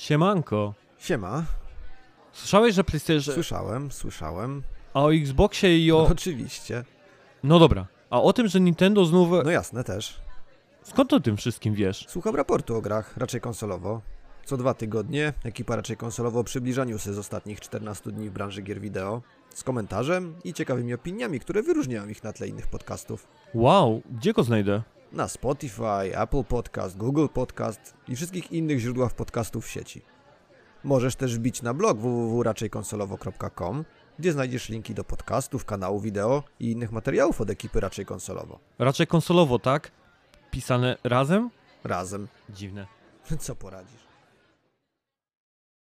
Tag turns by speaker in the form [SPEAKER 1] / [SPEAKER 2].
[SPEAKER 1] Siemanko.
[SPEAKER 2] Siema,
[SPEAKER 1] Słyszałeś, że PlayStation...
[SPEAKER 2] słyszałem, słyszałem.
[SPEAKER 1] A o Xboxie i o...
[SPEAKER 2] Oczywiście.
[SPEAKER 1] No dobra. A o tym, że Nintendo znów...
[SPEAKER 2] No jasne też.
[SPEAKER 1] Skąd o tym wszystkim wiesz?
[SPEAKER 2] Słucham raportu o grach, raczej konsolowo. Co dwa tygodnie, ekipa raczej konsolowo przybliża newsy z ostatnich 14 dni w branży gier wideo. Z komentarzem i ciekawymi opiniami, które wyróżniają ich na tle innych podcastów.
[SPEAKER 1] Wow, gdzie go znajdę?
[SPEAKER 2] Na Spotify, Apple Podcast, Google Podcast i wszystkich innych źródłach podcastów w sieci. Możesz też wbić na blog www.raczejkonsolowo.com, gdzie znajdziesz linki do podcastów, kanału wideo i innych materiałów od ekipy raczej konsolowo.
[SPEAKER 1] Raczej konsolowo, tak? Pisane razem?
[SPEAKER 2] Razem.
[SPEAKER 1] Dziwne.
[SPEAKER 2] Co poradzisz?